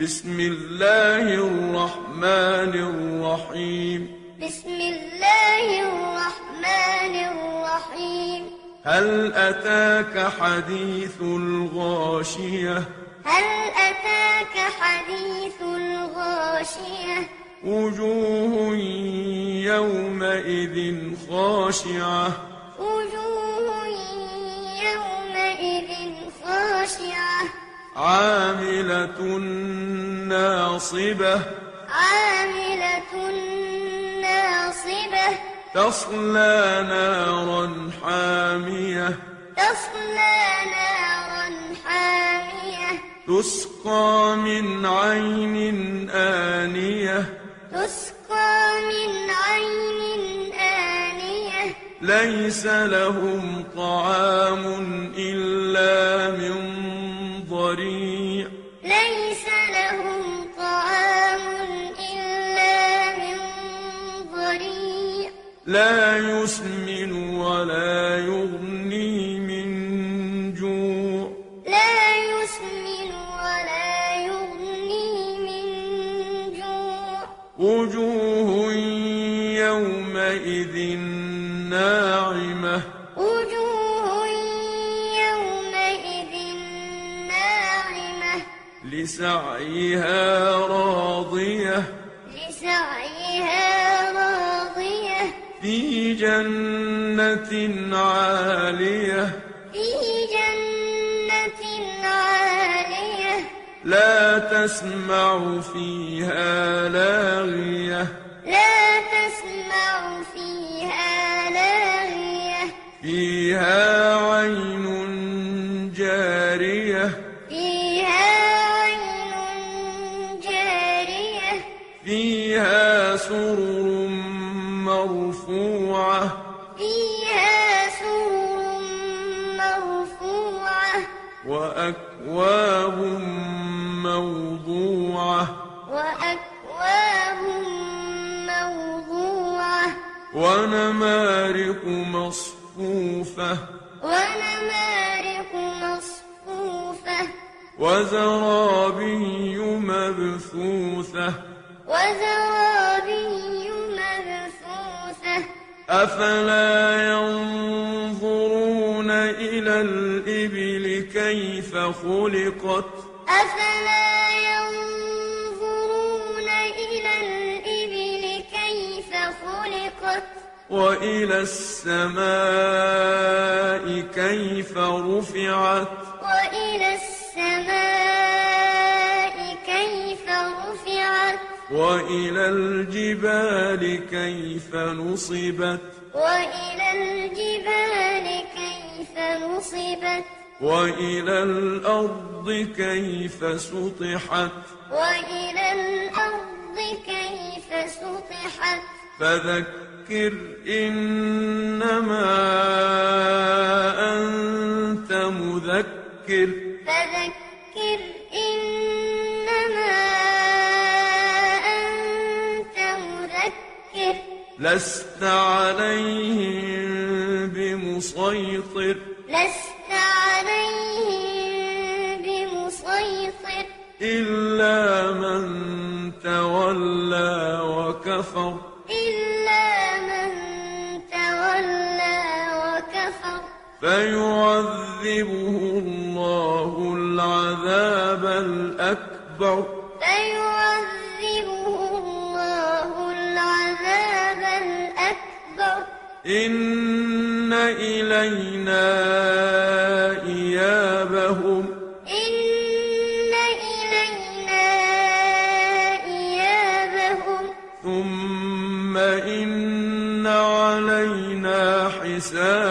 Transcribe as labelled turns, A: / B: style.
A: بسم الله الرحمن الرحيم
B: بسم الله الرحمن الرحيم
A: هل أتاك حديث الغاشية
B: هل أتاك حديث الغاشية
A: وجوه يومئذ خاشعة
B: وجوه يومئذ خاشعة
A: عاملة ناصبة
B: عاملة ناصبة
A: تصلى نارا حامية
B: تصلى نارا حامية
A: تسقى من عين آنية
B: تسقى من عين آنية
A: ليس لهم طعام إلا من ضريع
B: ليس لهم طعام إلا من ضريع
A: لا يسمن ولا يغني من جوع
B: لا يسمن ولا يغني من جوع
A: وجوه يومئذ ناعمة
B: وجوه يومئذ ناعمة
A: لسعيها راضية
B: لسعيها راضية
A: في جنة عالية
B: في جنة عالية
A: لا تسمع فيها لاغية
B: لا تسمع فيها لاغية
A: فيها عين جارية
B: فيها عين جارية
A: فيها سرر مرفوعة
B: فيها سرر مرفوعة
A: وأكواب موضوعة
B: وأكواب موضوعة
A: ونمارق مصفوفة
B: ونمارق مصفوفة
A: وزرابي مبثوثة
B: وزرابي مبثوثة
A: أفلا ينظرون إلى الإبل كيف خلقت
B: أفلا ينظرون إلى الإبل كيف خلقت
A: وإلى السماء كيف رفعت
B: وإلى السماء كيف رفعت
A: وإلى الجبال كيف نصبت
B: وإلى الجبال كيف نصبت
A: وإلى الأرض كيف سطحت
B: وإلى الأرض كيف سطحت
A: فذكر إنما أنت مذكر
B: فذكر إنما أنت مذكر
A: لست عليهم بمسيطر
B: لست عليهم بمسيطر
A: إلا من تولى وكفر
B: إلا من تولى وكفر
A: فيعذبه الله العذاب الأكبر
B: فيعذبه الله العذاب الأكبر
A: إن إلينا إيابهم
B: إن إلينا إيابهم
A: ثم إن علينا حسابهم